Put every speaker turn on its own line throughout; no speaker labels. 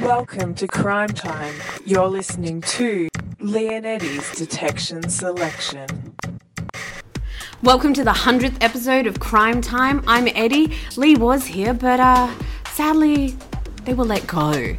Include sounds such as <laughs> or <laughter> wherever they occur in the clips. Welcome to Crime Time. You're listening to Leonetti's Detection Selection.
Welcome to the 100th episode of Crime Time. I'm Eddie. Lee was here, but uh, sadly, they were let go.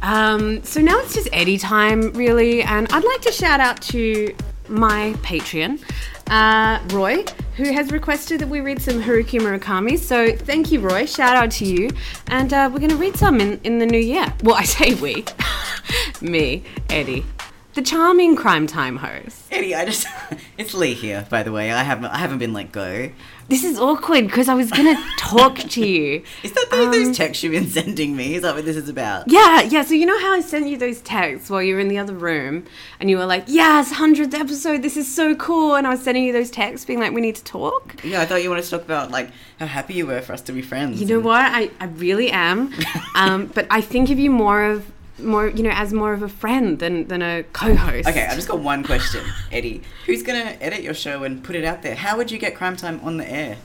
Um, so now it's just Eddie time, really, and I'd like to shout out to my Patreon, uh, Roy, who has requested that we read some Haruki Murakami. So thank you, Roy. Shout out to you. And uh, we're going to read some in, in the new year. Well, I say we. <laughs> Me, Eddie, the charming Crime Time host.
Eddie, I just <laughs> it's Lee here, by the way. I haven't I haven't been let go.
This is awkward because I was going to talk to you.
Is that those, those texts you've been <laughs> sending me? Is that what this is about?
Um, Yeah, yeah. So you know how I sent you those texts while you were in the other room, and you were like, "Yes, hundredth episode. This is so cool." And I was sending you those texts, being like, "We need to talk."
Yeah, I thought you wanted to talk about like how happy you were for us to be friends.
You know
And-
what? I, I really am, um, but I think of you more of more you know as more of a friend than than a co-host.
Okay, I've just got one question, Eddie. Who's gonna edit your show and put it out there? How would you get crime time on the air?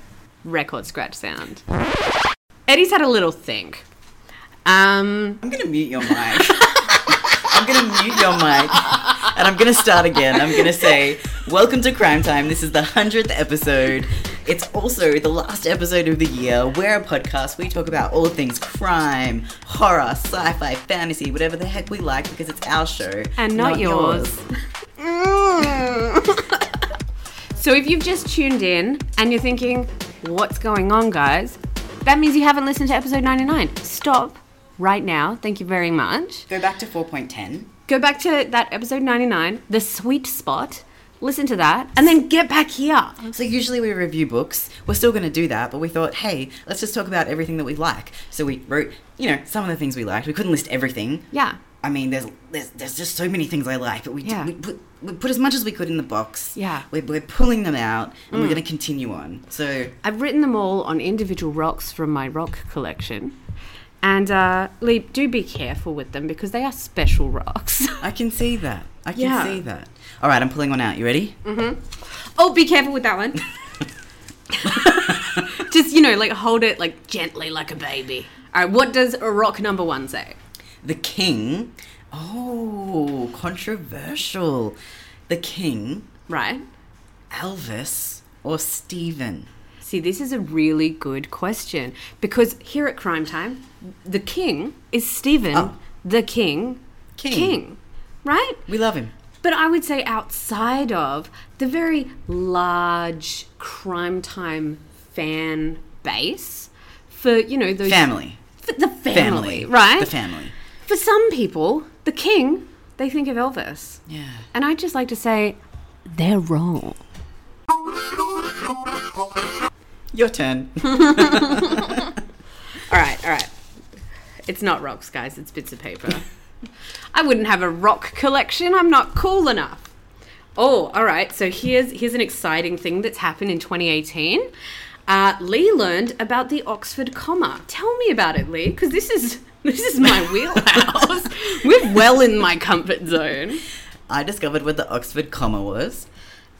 record scratch sound. Eddie's had a little think. Um,
I'm gonna mute your mic. I'm gonna mute your mic. And I'm gonna start again. I'm gonna say, Welcome to Crime Time. This is the 100th episode. It's also the last episode of the year. We're a podcast. We talk about all things crime, horror, sci fi, fantasy, whatever the heck we like because it's our show.
and not, yours. so if you've just tuned in and you're thinking, what's going on, guys? That means you haven't listened to episode 99. Stop right now. Thank you very much.
Go back to 4.10.
Go back to that episode 99, the sweet spot. Listen to that and then get back here.
So usually we review books. We're still going to do that, but we thought, hey, let's just talk about everything that we like. So we wrote, you know, some of the things we liked. We couldn't list everything.
Yeah.
I mean, there's there's, there's just so many things I like, but we, d
Yeah.
we put we put as much as we could in the box.
Yeah. Mm.
We're, we're pulling them out, and we're going to continue on. So
I've written them all on individual rocks from my rock collection. And uh, Lee, do be careful with them because they are special rocks.
I can see that. I can
Yeah. Mm.
see that. All right, I'm pulling one out. You ready?
Oh, be careful with that
<laughs>
one. Just, you know, like hold it like gently like a baby. All right, what does rock number one say?
The King. Oh, controversial. The King,
Right?
Elvis, or Stephen.
See, this is a really good question because here at Crime Time, the king is Stephen,
Oh.
the king,
King.
king, right?
We love him.
But I would say outside of the very large crime time fan base for, you know, those
Family.
For the family, right?
The family.
For some people, the king, they think of Elvis.
Yeah.
And I'd just like to say they're wrong. <laughs>
Your turn.
All right, all right. It's not rocks, guys, it's bits of paper. <laughs> I wouldn't have a rock collection. I'm not cool enough. Oh, all right. So here's here's an exciting thing that's happened in 2018. Uh, Lee learned about the Oxford comma. Tell me about it, Lee, because this is <laughs> this is my <laughs> wheelhouse. We're well in my comfort zone.
I discovered what the Oxford comma was.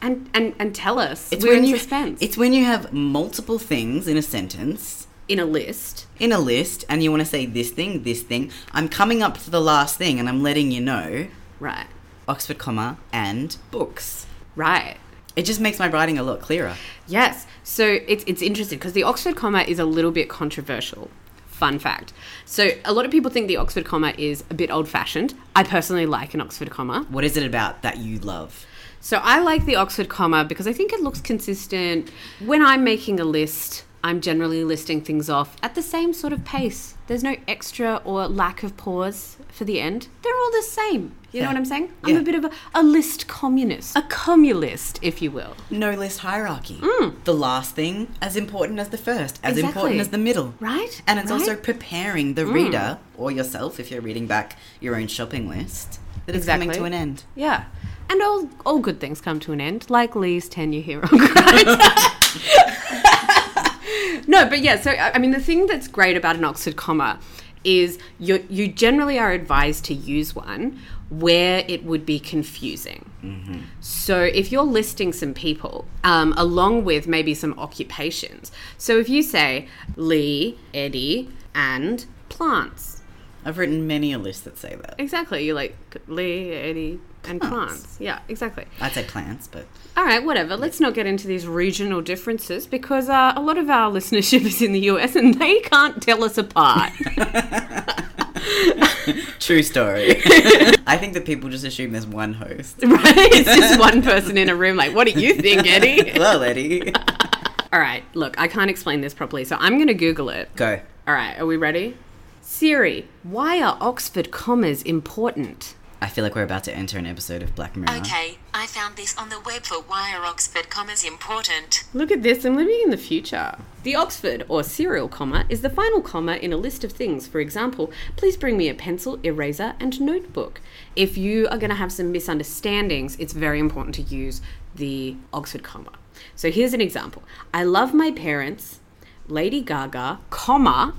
And and and tell us. We're in suspense.
It's when you have multiple things in a sentence,
in a list.
in a list, and you want to say this thing, this thing. I'm coming up to the last thing, and I'm letting you know
Right.
Oxford comma and books.
Right.
It just makes my writing a lot clearer.
Yes. So it's it's interesting because the Oxford comma is a little bit controversial. Fun fact. So a lot of people think the Oxford comma is a bit old fashioned. I personally like an Oxford comma.
What is it about that you love?
So I like the Oxford comma because I think it looks consistent. When I'm making a list, I'm generally listing things off at the same sort of pace. There's no extra or lack of pause for the end. They're all the same. You know
Yeah.
what I'm saying? I'm
Yeah.
a bit of a, a list communist, a commulist, if you will.
No list hierarchy. The last thing as important as the first, as
Mm. Exactly.
important as the middle.
Right?
And it's
Right? Mm.
also preparing the reader or yourself if you're reading back your own shopping list that it's coming
Exactly.
to an end.
Yeah. And all all good things come to an end, like Lee's tenure here on Grindr. <laughs> no, but yeah, so I I mean the thing that's great about an Oxford comma is you you generally are advised to use one where it would be confusing. So if you're listing some people um, along with maybe some occupations, so if you say Lee, Eddie, and plants,
I've written many a list that say that.
Exactly. You're like Lee, Eddie, and
Plants.
plants. Yeah, exactly.
I'd say plants, but
All right, whatever. Let's not get into these regional differences because uh, a lot of our <laughs> listenership is in the US and they can't tell us apart. <laughs>
true
<laughs>
story. I think that people just assume there's one host.
right? It's just one person in a room. Like, what do you think, Eddie?
<laughs> well, Eddie,
All right, look, I can't explain this properly, so I'm going to Google it.
go.
All right, are we ready? Siri, why are Oxford commas important?
I feel like we're about to enter an episode of Black Mirror.
Okay, I found this on the web for why are Oxford commas important.
Look at this, I'm living in the future. The Oxford or serial comma is the final comma in a list of things. For example, please bring me a pencil, eraser, and notebook. If you are going to have some misunderstandings, it's very important to use the Oxford comma. So here's an example I love my parents, Lady Gaga, comma,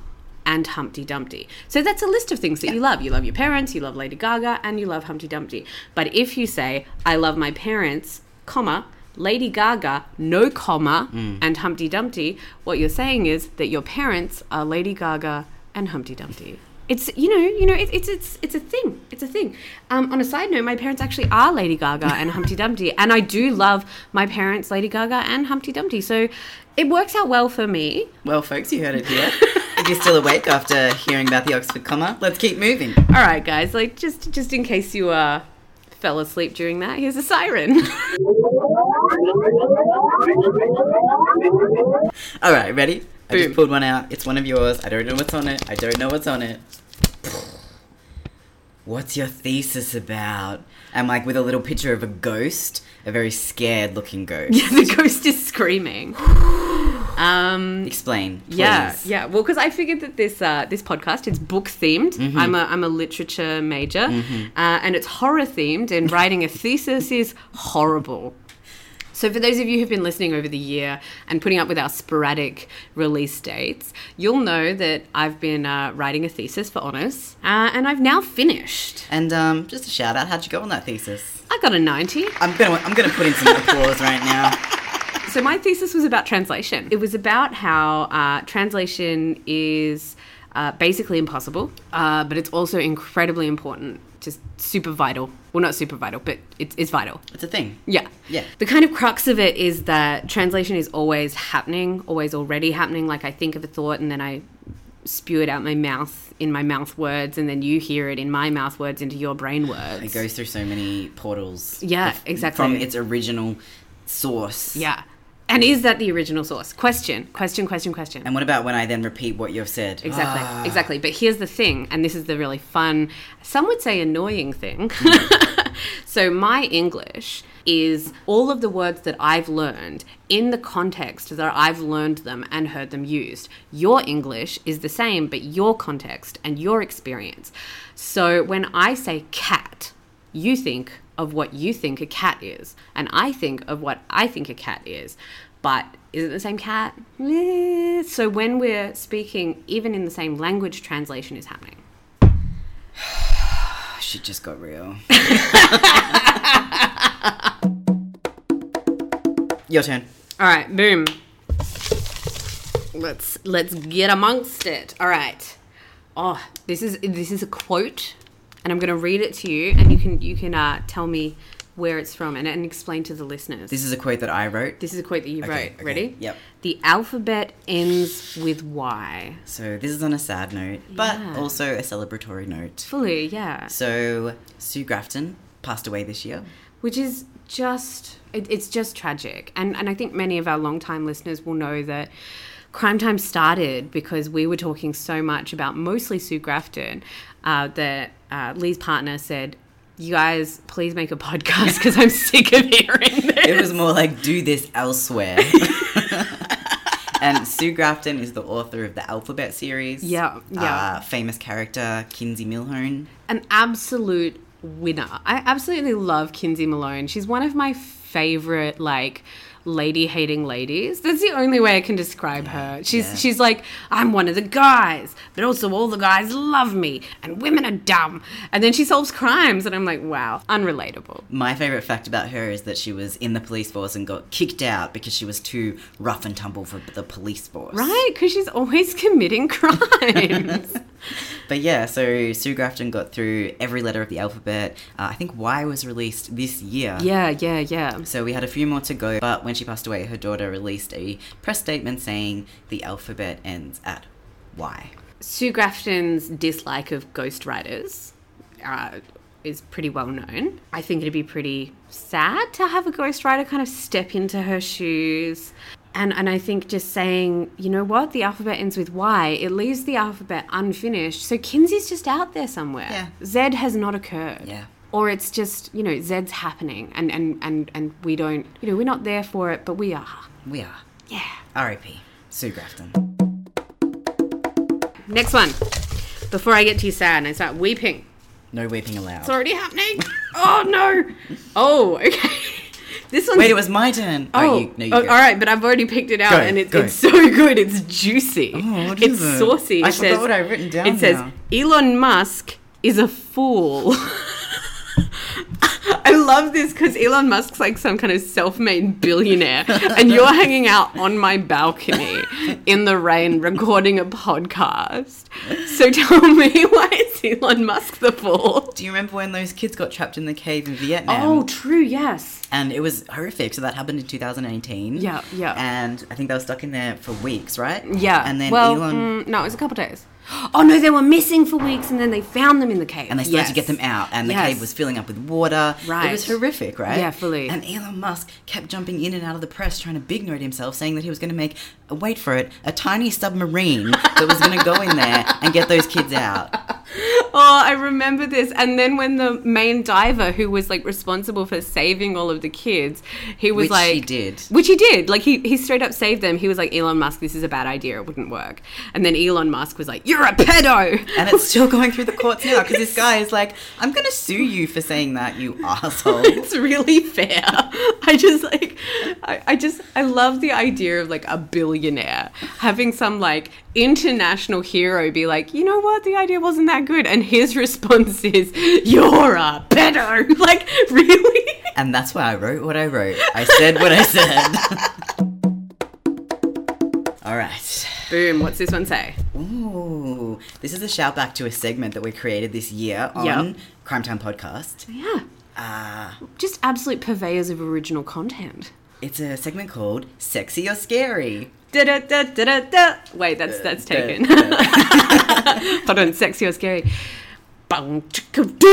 and Humpty Dumpty. So that's a list of things that you love. You love your parents, you love Lady Gaga, and you love Humpty Dumpty. But if you say, I love my parents, comma, Lady Gaga, no comma, and Humpty Dumpty, what you're saying is that your parents are Lady Gaga and Humpty Dumpty. It's you know you know it, it's it's it's a thing it's a thing. Um, on a side note, my parents actually are Lady Gaga and Humpty Dumpty, and I do love my parents, Lady Gaga and Humpty Dumpty. So it works out well for me.
Well, folks, you heard
<laughs>
it here. if you're still awake after hearing about the Oxford comma, let's keep moving.
All right, guys. Like just just in case you uh fell asleep during that, here's a siren. <laughs>
All right, ready? I
Boom.
just pulled one out. It's one of yours. I don't know what's on it. I don't know what's on it. What's your thesis about? And like with a little picture of a ghost, a very scared looking ghost.
the ghost is screaming. Um.
Explain. Please.
Yeah, yeah. Well, because I figured that this uh, this podcast it's book themed. I'm a I'm a literature major, uh, and it's horror themed. And writing a thesis is horrible. So, for those of you who've been listening over the year and putting up with our sporadic release dates, you'll know that I've been uh, writing a thesis for honors, uh, and I've now finished.
And um, just a shout out. How'd you go on that thesis?
I got a ninety.
I'm gonna I'm gonna put in some applause right now.
So my thesis was about translation. It was about how uh, translation is uh, basically impossible, uh, but it's also incredibly important, just super vital. Well, not super vital, but it's, it's vital.
It's a thing.
Yeah.
Yeah.
The kind of crux of it is that translation is always happening, always already happening. Like I think of a thought and then I spew it out my mouth in my mouth words, and then you hear it in my mouth words into your brain words.
It goes through so many portals.
Yeah,
bef-
exactly.
From its original source.
Yeah. And is that the original source? Question, question, question, question.
And what about when I then repeat what you've said?
Exactly, exactly. But here's the thing, and this is the really fun, some would say annoying thing. <laughs> so, my English is all of the words that I've learned in the context that I've learned them and heard them used. Your English is the same, but your context and your experience. So, when I say cat, you think of what you think a cat is, and I think of what I think a cat is. But is it the same cat? Eh. So when we're speaking, even in the same language, translation is happening.
Ah, shit just
<laughs>
got real. Your turn.
All right, boom. Let's let's get amongst it. All right. Oh, this is this is a quote, and I'm going to read it to you, and you can you can uh, tell me where it's from and, and explain to the listeners.
This is a quote that I wrote.
This is a quote that you
Okay,
wrote.
okay,
Ready?
yep.
The alphabet ends with Y.
So this is on a sad note, but
Yeah.
also a celebratory note.
Fully, yeah.
So Sue Grafton passed away this year.
Which is just, it, it's just tragic. And, and I think many of our longtime listeners will know that Crime Time started because we were talking so much about mostly Sue Grafton uh, that uh, Lee's partner said, you guys, please make a podcast because I'm sick of hearing this.
It was
<laughs>
more like do this elsewhere. and Sue Grafton is the author of the Alphabet series.
Yeah, yeah.
Uh, famous character Kinsey Milhone.
an absolute winner. I absolutely love Kinsey Malone. She's one of my favorite like lady hating ladies. That's the only way I can describe her. She's
yeah.
she's like I'm one of the guys, but also all the guys love me and women are dumb. And then she solves crimes and I'm like, wow, unrelatable.
My favorite fact about her is that she was in the police force and got kicked out because she was too rough and tumble for the police
<laughs>
force.
Right? Cuz she's always committing crimes.
But yeah, so Sue Grafton got through every letter of the alphabet. Uh, I think Y was released this year.
<laughs> Yeah, yeah, yeah.
So we had a few more to go, but when she passed away, her daughter released a press statement saying the alphabet ends at Y.
Sue Grafton's dislike of ghostwriters uh, is pretty well known. I think it'd be pretty sad to have a ghostwriter kind of step into her shoes. And, and I think just saying, you know what, the alphabet ends with Y, it leaves the alphabet unfinished. So Kinsey's just out there somewhere.
Yeah.
Z has not occurred.
Yeah.
Or it's just, you know, Z's happening and, and, and, and we don't, you know, we're not there for it, but we are.
We are.
Yeah.
R.I.P. Sue Grafton.
Next one. Before I get too sad and I start weeping.
No weeping allowed.
It's already happening. oh no. Oh, okay. <laughs> This one's
Wait, it was my turn.
Oh,
you, no, you
oh,
go.
all right, but I've already picked it out,
Go,
and it's,
go.
it's so <laughs> good. It's juicy.
Oh, what
it's
is it?
saucy.
I
it
forgot
says,
what I've written down
It says
now.
Elon Musk is a fool. <laughs> I love this because Elon Musk's like some kind of self-made
<laughs>
billionaire, and you're hanging out on my balcony in the rain recording a podcast. So tell me, <laughs> why is Elon Musk the fool?
Do you remember when those kids got trapped in the cave in Vietnam?
Oh, true. Yes.
And it was horrific. So that happened in 2018.
Yeah, yeah.
And I think they were stuck in there for weeks, right?
Yeah.
And then
well,
Elon.
mm, no, it was a couple days. <gasps> Oh no, they were missing for weeks, and then they found them in the cave.
and they started to get them out, and the
Yes.
cave was filling up with water. It
Right.
was horrific, right?
Yeah, fully.
And Elon Musk kept jumping in and out of the press, trying to big note himself, saying that he was going to make, wait for it, a tiny submarine that was going to go in there and get those kids out.
Oh, I remember this. And then when the main diver, who was like responsible for saving all of the kids, he was
Which
like,
he did.
which he did. Like he he straight up saved them. He was like, Elon Musk, this is a bad idea. It wouldn't work. And then Elon Musk was like, you're a pedo. <laughs>
And it's still going through the courts now because this guy is like, I'm going to sue you for saying that, you asshole.
it's really fair. <laughs> I just like, I, I just, I love the idea of like a billionaire having some like international hero be like, you know what, the idea wasn't that good. And his <laughs> response is, you're a pedo. <laughs> Like, really?
And that's why I wrote what I wrote. I said what I said. <laughs> All right.
Boom, what's this one say?
Ooh, this is a shout back to a segment that we created this year on
Yep.
Crime Time Podcast.
Yeah.
Uh,
Just absolute purveyors of original content.
it's a segment called Sexy or Scary.
Da, da, da, da, da, da. Wait,
Uh,
that's that's taken. <laughs> Hold on, sexy or scary. Bung, chicka, doo. <laughs>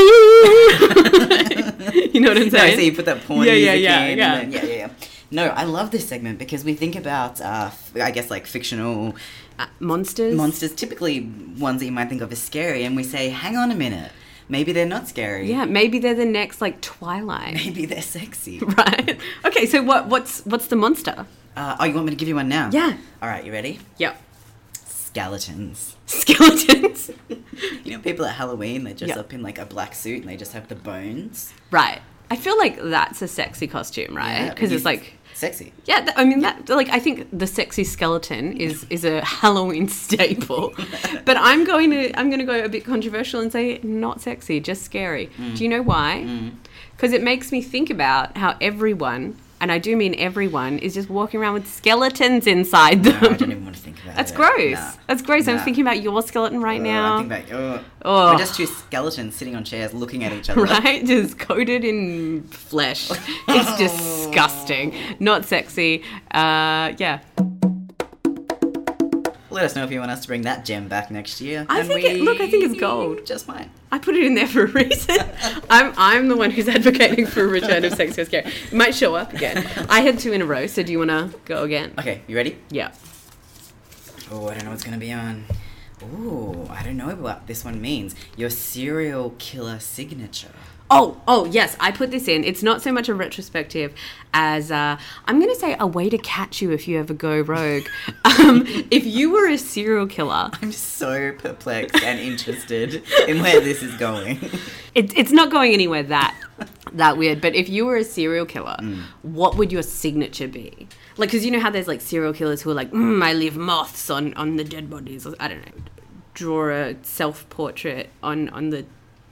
you know what I'm saying?
<laughs> No, so you put that porn
<laughs> Yeah, yeah,
music
yeah,
in.
yeah.
And then, yeah, yeah, yeah. No, I love this segment because we think about, uh, f- I guess, like fictional
Uh, monsters.
monsters, typically ones that you might think of as scary, and we say, hang on a minute, maybe they're not scary.
Yeah, maybe they're the next like Twilight, <laughs>
Maybe they're sexy.
right? Okay, so what what's what's the monster?
Uh, oh, you want me to give you one now?
Yeah.
All right, you ready?
Yep.
Skeletons.
Skeletons. <laughs>
You know, people at Halloween, they dress
Yeah.
up in like a black suit and they just have the bones.
right. I feel like that's a sexy costume, right?
Yeah,
Because
you-
it's like <laughs>
Sexy.
Yeah, th- I mean, that, like, I think the sexy skeleton is is a <laughs> Halloween
<laughs>
staple, but I'm going to I'm going to go a bit controversial and say not sexy, just scary. Do
Mm.
you know why? Because it makes me think about how everyone, and I do mean everyone, is just walking around with skeletons inside them.
No, I don't even want to think about
That's
it.
gross.
Nah.
That's gross. I'm
Nah.
thinking about your skeleton right
Ugh,
now,
I
<laughs>
think about, ugh.
Ugh.
We're just two skeletons sitting on chairs looking at each other.
<laughs> right? Just coated in
<laughs>
flesh. It's disgusting. Not sexy. Uh, yeah.
Let us know if you want us to bring that gem back next year.
I
and
think it- look, I think it's gold.
we Just might.
I put it in there for a reason. I'm, I'm the one who's advocating for a return of sex scare. It might show up again. I had two in a row, so do you want to go again?
Okay, you ready?
Yeah.
Oh, I don't know what's gonna be on. Ooh, I don't know what this one means. Your serial killer signature.
Oh, oh, yes, I put this in. It's not so much a retrospective as uh, I'm going to say a way to catch you if you ever go rogue. <laughs> Um, if you were a serial killer,
I'm so perplexed and <laughs> interested in where this is going.
it, it's not going anywhere that that weird but if you were a serial killer what would your signature be like because you know how there's like serial killers who are like mm, i leave moths on on the dead bodies or, i don't know draw a self-portrait on on the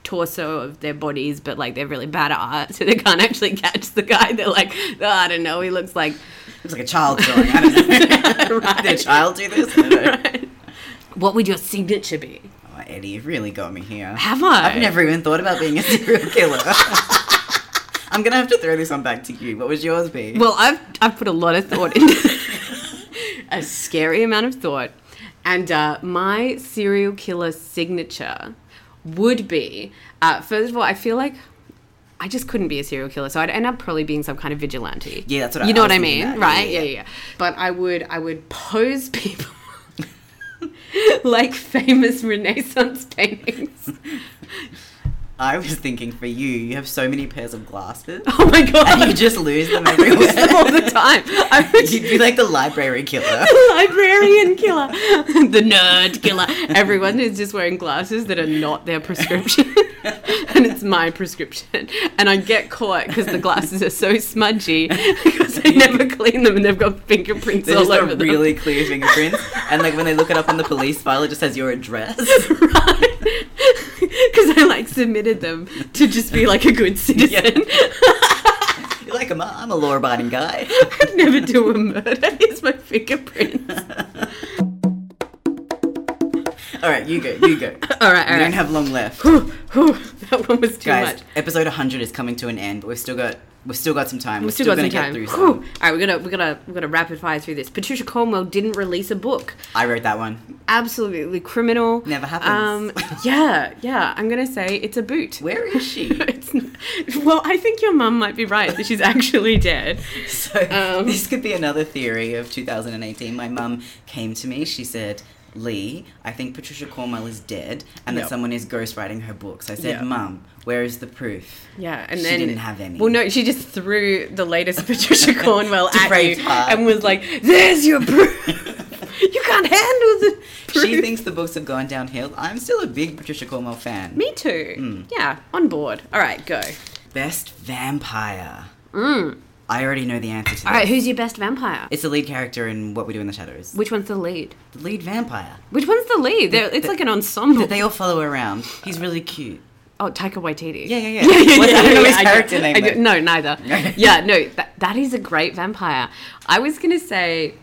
torso of their bodies but like they're really bad at art so they can't actually catch the guy they're like oh, i don't know he looks like
It's like a child drawing. I <laughs> don't know. Did a child do this? I don't know.
what would your signature be
Oh, I Eddie, you've really got me here.
Have I?
I've never even thought about being a serial killer. <laughs> I'm gonna have to throw this one back to you. What would yours be?
Well, I've I've put a lot of thought into a scary amount of thought, and uh, my serial killer signature would be uh, first of all, I feel like I just couldn't be a serial killer, so I'd end up probably being some kind of vigilante.
Yeah, that's what I-
you know
I
what
was
I mean,
thinking that. Yeah,
right?
yeah,
Yeah, yeah, yeah. But I would I would pose people. <laughs> like famous Renaissance
<laughs>
paintings.
<laughs> I was thinking for you, you have so many pairs of glasses, <laughs>
Oh my
and you
god! <laughs>
just lose them
I
<laughs>
use them all
everywhere.
the time. I would
<laughs> You'd be like the library <laughs> killer.
the <laughs> librarian killer, <laughs> the nerd killer. Everyone is just wearing glasses that are not their prescription, <laughs> and it's my prescription. And I get caught because the glasses are so smudgy <laughs> because I never clean them, and they've got fingerprints
They
all
just
over
got
them.
really clear fingerprints, and like when they look it up on the police file, it just has
<laughs>
your address.
<laughs>
<laughs>
right? Because I like submitted them to just be like a good citizen.
You're like, I'm a, I'm a law-abiding guy. <laughs>
I'd never do a murder. <laughs> Here's my fingerprints.
All right, you go,
<laughs>
you go.
All right, all
We don't
right.
have long left.
Whew, whew, that one was too
guys
much.
episode 100 is coming to an end but we've still got we've still got some time we're
We've still got
gonna
some
get
time.
through
Whew. All
some
right, we're gonna we're gonna we're gonna rapid fire through this. Patricia Cornwell didn't release a book.
i wrote that one <laughs>
Absolutely criminal.
Never happens. <laughs>
Um, yeah, yeah. I'm gonna say it's a boot.
where is she
<laughs> It's n- well, I think your mum might be right that she's actually dead.
so
Um.
this could be another theory of 2018 my mum came to me she said Lee, I think Patricia Cornwell is dead and that
Yep.
someone is ghostwriting her books. I said,
Yeah.
Mum, where is the proof?
Yeah, and
She
then
didn't have any.
Well, no, she just threw the latest Patricia Cornwell
<laughs> To
at you
Braveheart.
and was like, "There's your proof. <laughs> you can't handle the proof."
She thinks the books have gone downhill. I'm still a big Patricia Cornwell fan.
Me too.
Hmm.
Yeah, on board. All right, go.
Best vampire. I already know the answer to that.
Mm. All right, who's your best vampire?
It's the lead character in What We Do in the Shadows.
Which one's the lead?
the lead vampire.
Which one's the lead? They're, it's like an ensemble.
that they all follow around. He's really cute.
oh, Taika Waititi.
<laughs> Yeah, yeah, yeah. What's- I don't know his
do-
character name,
I do-
though.
no,
<laughs>
neither. yeah, no, that, that is a great vampire. I was gonna say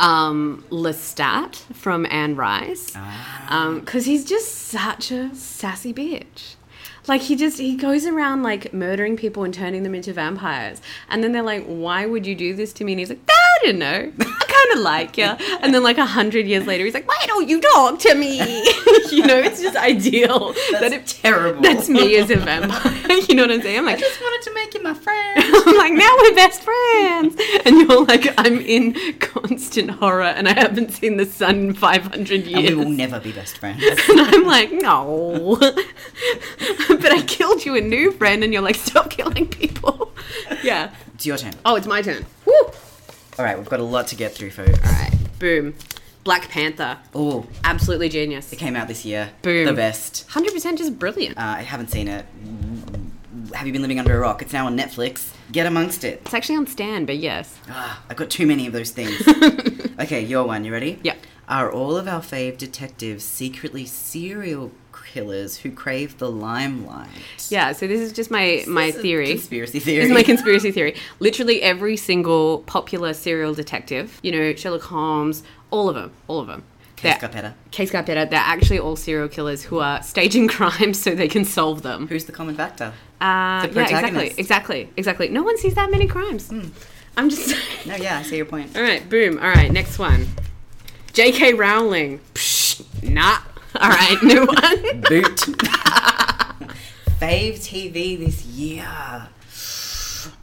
um, Lestat from Anne Rice, because
Ah.
he's just such a sassy bitch. Like he just he goes around like murdering people and turning them into vampires, and then they're like, "Why would you do this to me?" And he's like, "I don't know. I kind of like you." And then like a hundred years later, he's like, "Why don't you talk to me?" <laughs> you know, it's just ideal. that it,
terrible.
That's
<laughs>
me as a vampire. <laughs> you know what I'm saying? I'm like,
wanted to make you
<laughs>
my friend.
I'm like, now we're best friends. And you're like, I'm in constant horror and I haven't seen the sun in 500
and
years.
we will never be best friends.
<laughs> And I'm like, no. <laughs> but I killed you a new friend and you're like, stop killing people. <laughs> Yeah.
It's your turn.
Oh, it's my turn. Woo!
All right, we've got a lot to get through, folks.
All right. Boom. Black Panther.
Oh,
Absolutely genius.
it came out this year.
Boom.
The best.
100% just brilliant.
Uh, I haven't seen it. Have you been living under a rock? It's now on Netflix. Get amongst it.
It's actually on Stan, but yes.
Ah, I've got too many of
<laughs>
those things. okay, your one. You ready?
Yep.
Are all of our fave detectives secretly serial killers who crave the limelight?
Yeah, so this is just my, my
This is a
theory.
Conspiracy theory.
This is my
<laughs>
conspiracy theory. Literally every single popular serial detective, you know, Sherlock Holmes, all of them, all of them.
Case Carpetta.
Case Carpetta, they're actually all serial killers who are staging <laughs> crimes so they can solve them.
Who's the common factor?
Uh,
The
yeah, exactly,
protagonist.
exactly, exactly. No one sees that many crimes. I'm just saying.
Hmm. No, yeah,
<laughs>
I see your point.
All right, boom. All right, next one. J.K. Rowling. Psh, nah. <laughs> All right, new one.
<laughs>
<laughs>
Boot. Fave TV this year.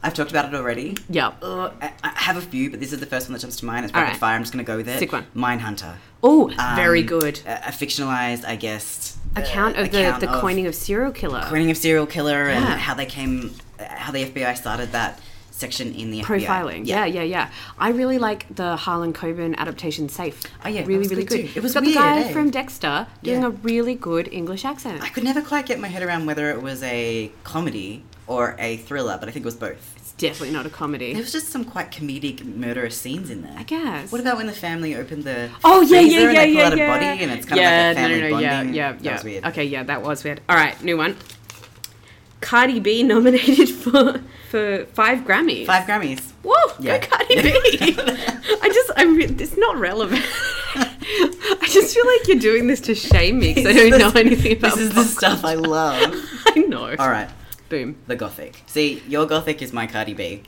I've talked about it already.
yep.
Uh, I, I have a few, but this is the first one that jumps to mind. It's
All
rapid
right.
fire. I'm just going to go with it.
Sick one.
Mindhunter.
Oh,
Um,
very good.
A, a fictionalized, I guess.
Account
uh,
of the,
account
the coining of serial killer.
coining of serial killer
Yeah.
and how they came, uh, how the FBI started that section in the FBI.
profiling. Yeah. yeah, yeah, I really like the Harlan Coben adaptation Safe.
Oh, yeah, that
really,
was
really
good
good.
too. It was
got the
weird,
guy
eh?
from Dexter doing
Yeah.
a really good English accent.
I could never quite get my head around whether it was a comedy or a thriller, but I think it was both.
It's definitely not a
There
comedy.
was just some quite comedic murderous scenes in there. I
guess.
What about when the family opened the
Oh yeah,
freezer
yeah,
and
yeah,
they pull
yeah,
out
yeah.
a body and it's kind
yeah,
of like a family
no, no, no,
bonding?
Yeah, yeah,
That
yeah.
was weird.
Okay, yeah, that was weird. All right, new one. Cardi B nominated for for five Grammys.
Five Grammys.
Whoa,
Yeah.
go Cardi B. <laughs> I just, I re- it's not relevant. I just feel like you're doing this to shame me because <laughs> I
This-
don't know anything about
<laughs> This is the stuff I love.
<laughs> I know.
All right,
Boom.
the gothic. See, your gothic is my Cardi B.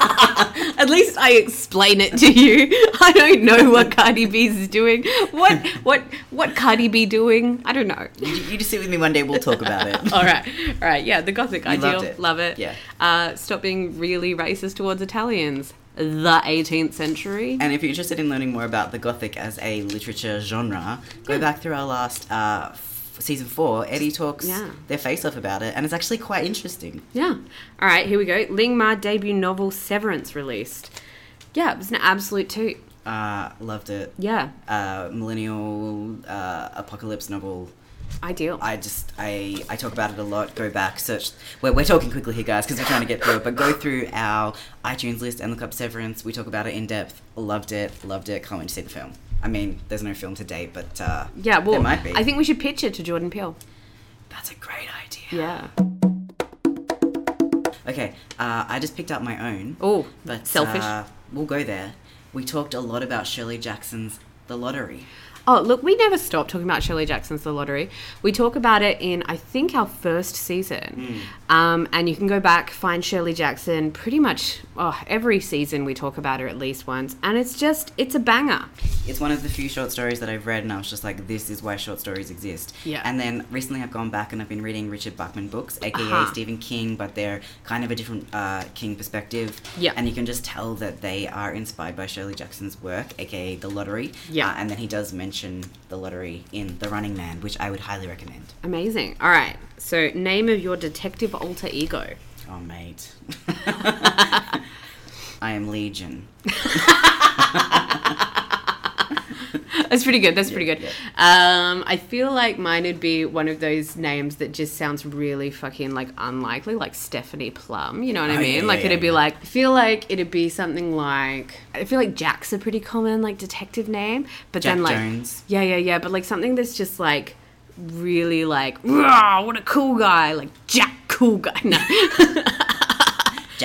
At least I explain it to you. <laughs> I don't know what Cardi B's doing. What what what Cardi B doing? I don't know.
You, you just sit with me one day. We'll talk about
<laughs>
it.
All right, all right. Yeah, the Gothic ideal.
loved it.
Love it.
Yeah.
Uh, stop being really racist towards Italians. The 18th century.
And if you're interested in learning more about the Gothic as a literature genre, go back through our last uh, f- season four. Eddie talks
Yeah.
their face off about it, and it's actually quite interesting.
Yeah. All right, here we go. Ling Ma debut novel Severance released. Yeah, it was an absolute toot.
Uh, loved it.
Yeah,
Uh, millennial uh, apocalypse novel.
ideal.
I just I I talk about it a lot. Go back, search. We're, we're talking quickly here, guys, because we're trying to get through it. But go through our iTunes list and look up Severance. We talk about it in depth. Loved it. Loved it. Can't wait to see the film. I mean, there's no film today, but uh,
yeah, well,
there might be.
I think we should pitch it to Jordan Peele.
that's a great idea.
Yeah.
Okay, uh, I just picked up my own.
Oh,
but
selfish.
uh, we'll go there. We talked a lot about Shirley Jackson's The Lottery.
Oh, look, we never stop talking about Shirley Jackson's The Lottery. We talk about it in, I think, our first season. Um, and you can go back, find Shirley Jackson pretty much oh, every season we talk about her at least once. And it's just, it's a banger.
It's one of the few short stories that I've read, and I was just like, this is why short stories exist.
Yeah.
And then recently I've gone back and I've been reading Richard Bachman books, aka
Uh-huh.
Stephen King, but they're kind of a different uh, King perspective.
Yeah.
And you can just tell that they are inspired by Shirley Jackson's work, aka The Lottery.
Yeah.
Uh, and then he does mention The Lottery in The Running Man, which I would highly recommend.
Amazing. All right. So, name of your detective alter ego.
Oh, mate. <laughs> I am Legion.
That's pretty good. That's pretty good. Um, I feel like mine would be one of those names that just sounds really fucking like unlikely, like Stephanie Plum. You know what I
Oh,
mean?
yeah,
like
yeah,
it'd be
yeah.
like I feel like it'd be something like I feel like Jack's a pretty common like detective name, but
Jack
then like
Jones.
yeah, yeah, yeah, but like something that's just like really like "Rah, what a cool guy, like Jack Cool Guy. <laughs>
<laughs>
No.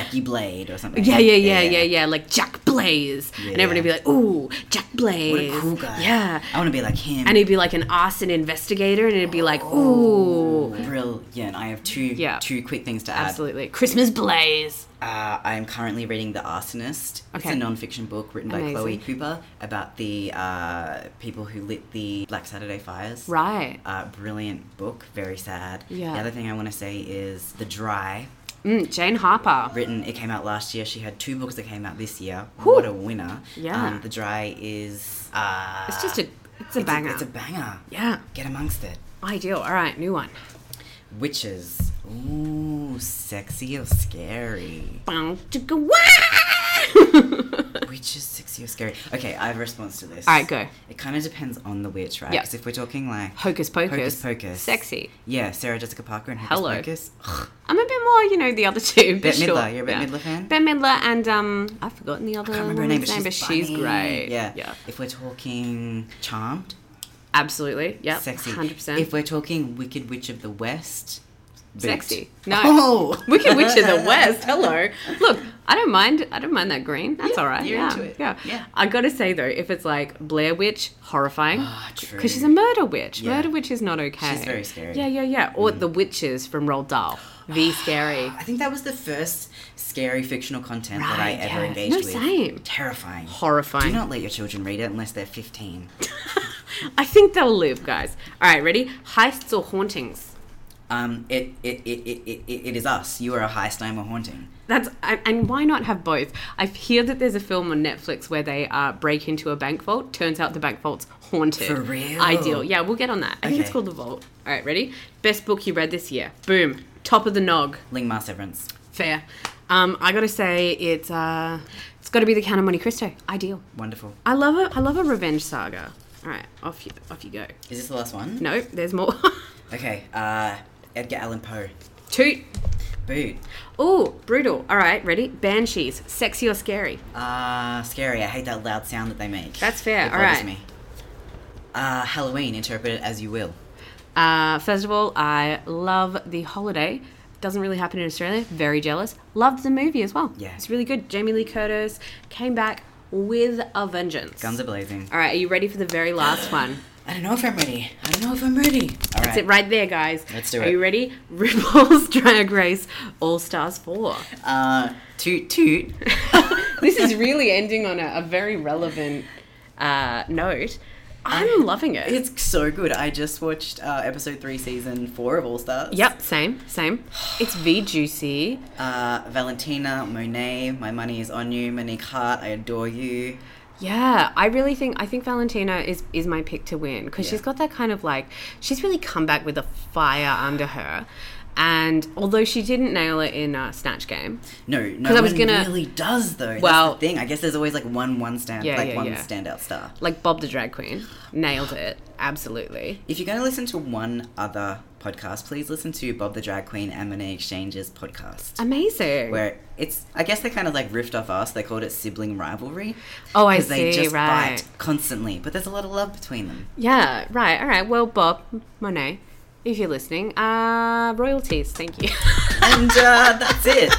Jackie Blade or something.
Yeah, yeah, yeah, yeah, yeah. Like Jack Blaze. and everyone would be
Yeah.
like, ooh, Jack
What
Blaze.
a cool guy.
Yeah.
I want to be like him.
And he'd be like an arson investigator, and it'd be like, ooh.
Brilliant. I have two
Yeah.
two quick things to add.
Absolutely. Christmas Blaze.
Uh, I am currently reading The Arsonist. It's
Okay.
a non-fiction book written
Amazing.
by Chloe Cooper about the uh, people who lit the Black Saturday fires.
Right.
Uh, brilliant book. Very sad.
Yeah.
The other thing I want to say is The Dry.
Mm, Jane Harper.
written. It came out last year. She had two books that came out this year. What a winner!
Yeah.
Um, the Dry is. Uh,
It's just a, it's a
it's
banger.
it's a banger.
yeah.
Get amongst it.
Ideal. All right, new one.
Witches. Ooh, sexy or scary?
Bow, chicka, wah!
Witches, sexy or scary? Okay, I have a response to this.
All right, go.
It kind of depends on the witch, right?
Yeah.
Because if we're talking like
Hocus pocus.
Hocus Pocus,
Sexy.
Yeah, Sarah Jessica Parker and Hocus
Hello.
Pocus. Ugh,
I'm a bit more, you know, the other two. But
Bette
sure.
Midler. You're a Bette Midler fan?
Bette Midler and um, I've forgotten the other
I can't remember her name,
woman's
but
name,
she's,
but she's
funny.
great.
Yeah.
yeah,
If we're talking Charmed,
absolutely. Yeah,
sexy.
hundred
If
percent.
we're talking Wicked Witch of the West, boot. <laughs>
Sexy. No,
Oh,
Wicked Witch of
<laughs>
the West. Hello. Look, I don't mind. I don't mind that green. That's all right.
you're
yeah,
into it.
yeah,
Yeah.
I gotta say though, if it's like Blair Witch,
<gasps>
horrifying.
Ah, true.
Because she's a murder witch.
Yeah.
Murder witch is not okay.
She's very scary. Mm.
Yeah, yeah, yeah. Or the witches from Roald Dahl.
<gasps>
The scary.
I think that was the first scary fictional content that I
Right,
ever
yeah.
engaged
No,
with.
same.
Terrifying.
Horrifying.
Do not let your children read it unless they're 15.
I think they'll live, guys. All right, ready? Heists or hauntings?
Um, it, it, it, it, it, it it is us. You are a heist, I am a haunting.
That's and, and why not have both? I hear that there's a film on Netflix where they uh, break into a bank vault. Turns out the bank vault's haunted.
For real?
Ideal. Yeah, we'll get on that. I think it's
Okay.
called The Vault. All right, ready? Best book you read this year. Boom. Top of the nog.
Ling Ma Severance.
Fair. Um, I gotta say it's uh, it's gotta be The Count of Monte Cristo. Ideal.
Wonderful.
I love a I love a revenge saga. All right, off you off you go.
Is this the last one?
No, there's more. <laughs>
Okay, uh, Edgar Allan Poe.
Toot.
Boot.
Oh, brutal. All right, ready? Banshees. Sexy or scary?
Ah, scary. I hate that loud sound that they make.
That's fair.
It
All
bothers
right.
me. Uh, Halloween, interpret it as you will.
Uh, first of all, I love the holiday. Doesn't really happen in Australia. Very jealous. Loved the movie as well.
Yeah.
It's really good. Jamie Lee Curtis came back, with a vengeance.
Guns are blazing.
All right, are you ready for the very last
<gasps>
one?
I don't know if I'm ready. I don't know if I'm ready. All right.
That's it right there, guys.
Let's do
Are
it.
you ready? <laughs> RuPaul's Drag Race All Stars
<laughs>
4.
Uh, toot toot.
<laughs> this
<laughs>
is really ending on a, a very relevant uh, note. I'm loving it.
It's so good. I just watched uh, episode three, season four of All Stars.
Yep, same, same. It's V Juicy.
Uh, Valentina, Monet, My Money Is On You, Monique Hart, I Adore You.
Yeah, I really think I think Valentina is is my pick to win because she's got that kind of like she's really come back with a fire under her, and although she didn't nail it in uh, Snatch Game,
No, no
'Cause
one
I was gonna-
really does though.
Well-
That's the thing. I guess there's always like one one stand,
Yeah,
like
yeah,
one
yeah.
standout star.
like Bob the drag queen nailed it absolutely.
If you're going to listen to one other podcast, please listen to Bob the Drag Queen and Monet Exchange's podcast.
Amazing.
where it's, I guess they kind of like riffed off us. They called it sibling rivalry.
Oh, I
'Cause They
see,
just
right.
fight constantly, but there's a lot of love between them.
Yeah, right. All right. Well, Bob, Monet, if you're listening, uh, royalties, thank you. <laughs>
And uh, that's it.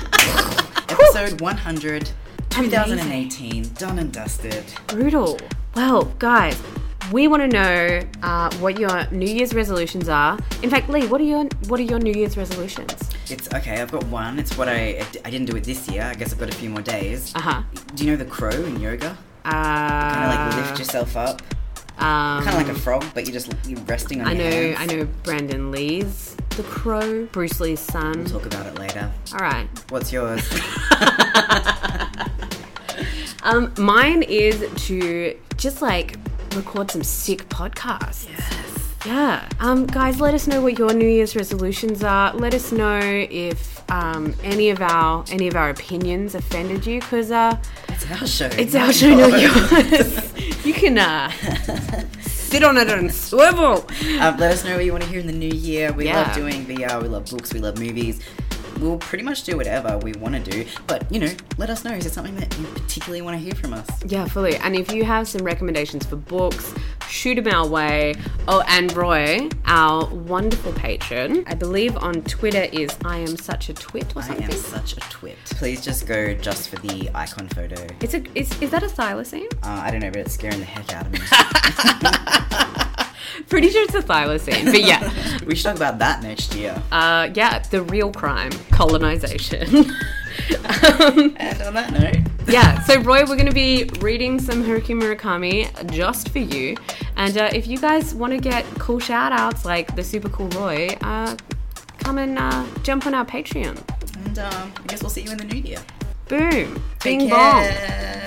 Episode 100, 2018, done and dusted.
Brutal. Well, guys, we want to know uh, what your New Year's resolutions are. In fact, Lee, what are your what are your New Year's resolutions?
It's okay. I've got one. It's what I I didn't do it this year. I guess I've got a few more days.
Uh-huh.
Do you know the crow in yoga?
Uh
Kind of like lift yourself up,
um,
kind of like a frog, but you're just you're resting on
I
your
know.
hands.
I know. Brandon Lee's The Crow, Bruce Lee's son.
Talk about it later.
All right. <laughs>
What's yours?
Um, mine is to just like record some sick podcasts. Yeah. Um, guys, let us know what your New Year's resolutions are. Let us know if um, any of our any of our opinions offended you, because uh,
it's our show.
it's our show,
<laughs>
not <laughs> yours. you can uh, sit on it and swivel.
Um, let us know what you want to hear in the new year. We
Yeah.
love doing VR. We love books. We love movies. We'll pretty much do whatever we want to do. But you know, let us know. Is there something that you particularly want to hear from us?
Yeah, fully. And if you have some recommendations for books, shoot them our way. Oh, and Roy, our wonderful patron, I believe on Twitter is I am such a twit or
I
something.
am such a twit. Please just go just for the icon photo. Uh,
It's a is, is that a thylacine?
I don't know, but it's scaring the heck out
<laughs>
of me.
Pretty sure it's a thylacine, but
<laughs>
yeah,
we should talk about that next year.
uh, yeah, the real crime, colonization. <laughs> um,
and on that note,
yeah, so Roy, we're going to be reading some Haruki Murakami just for you, and uh, if you guys want to get cool shout outs like the super cool Roy, uh, come and uh, jump on our Patreon.
and um, I guess we'll see you in the new year.
Boom. Bing
Take
bong.
care.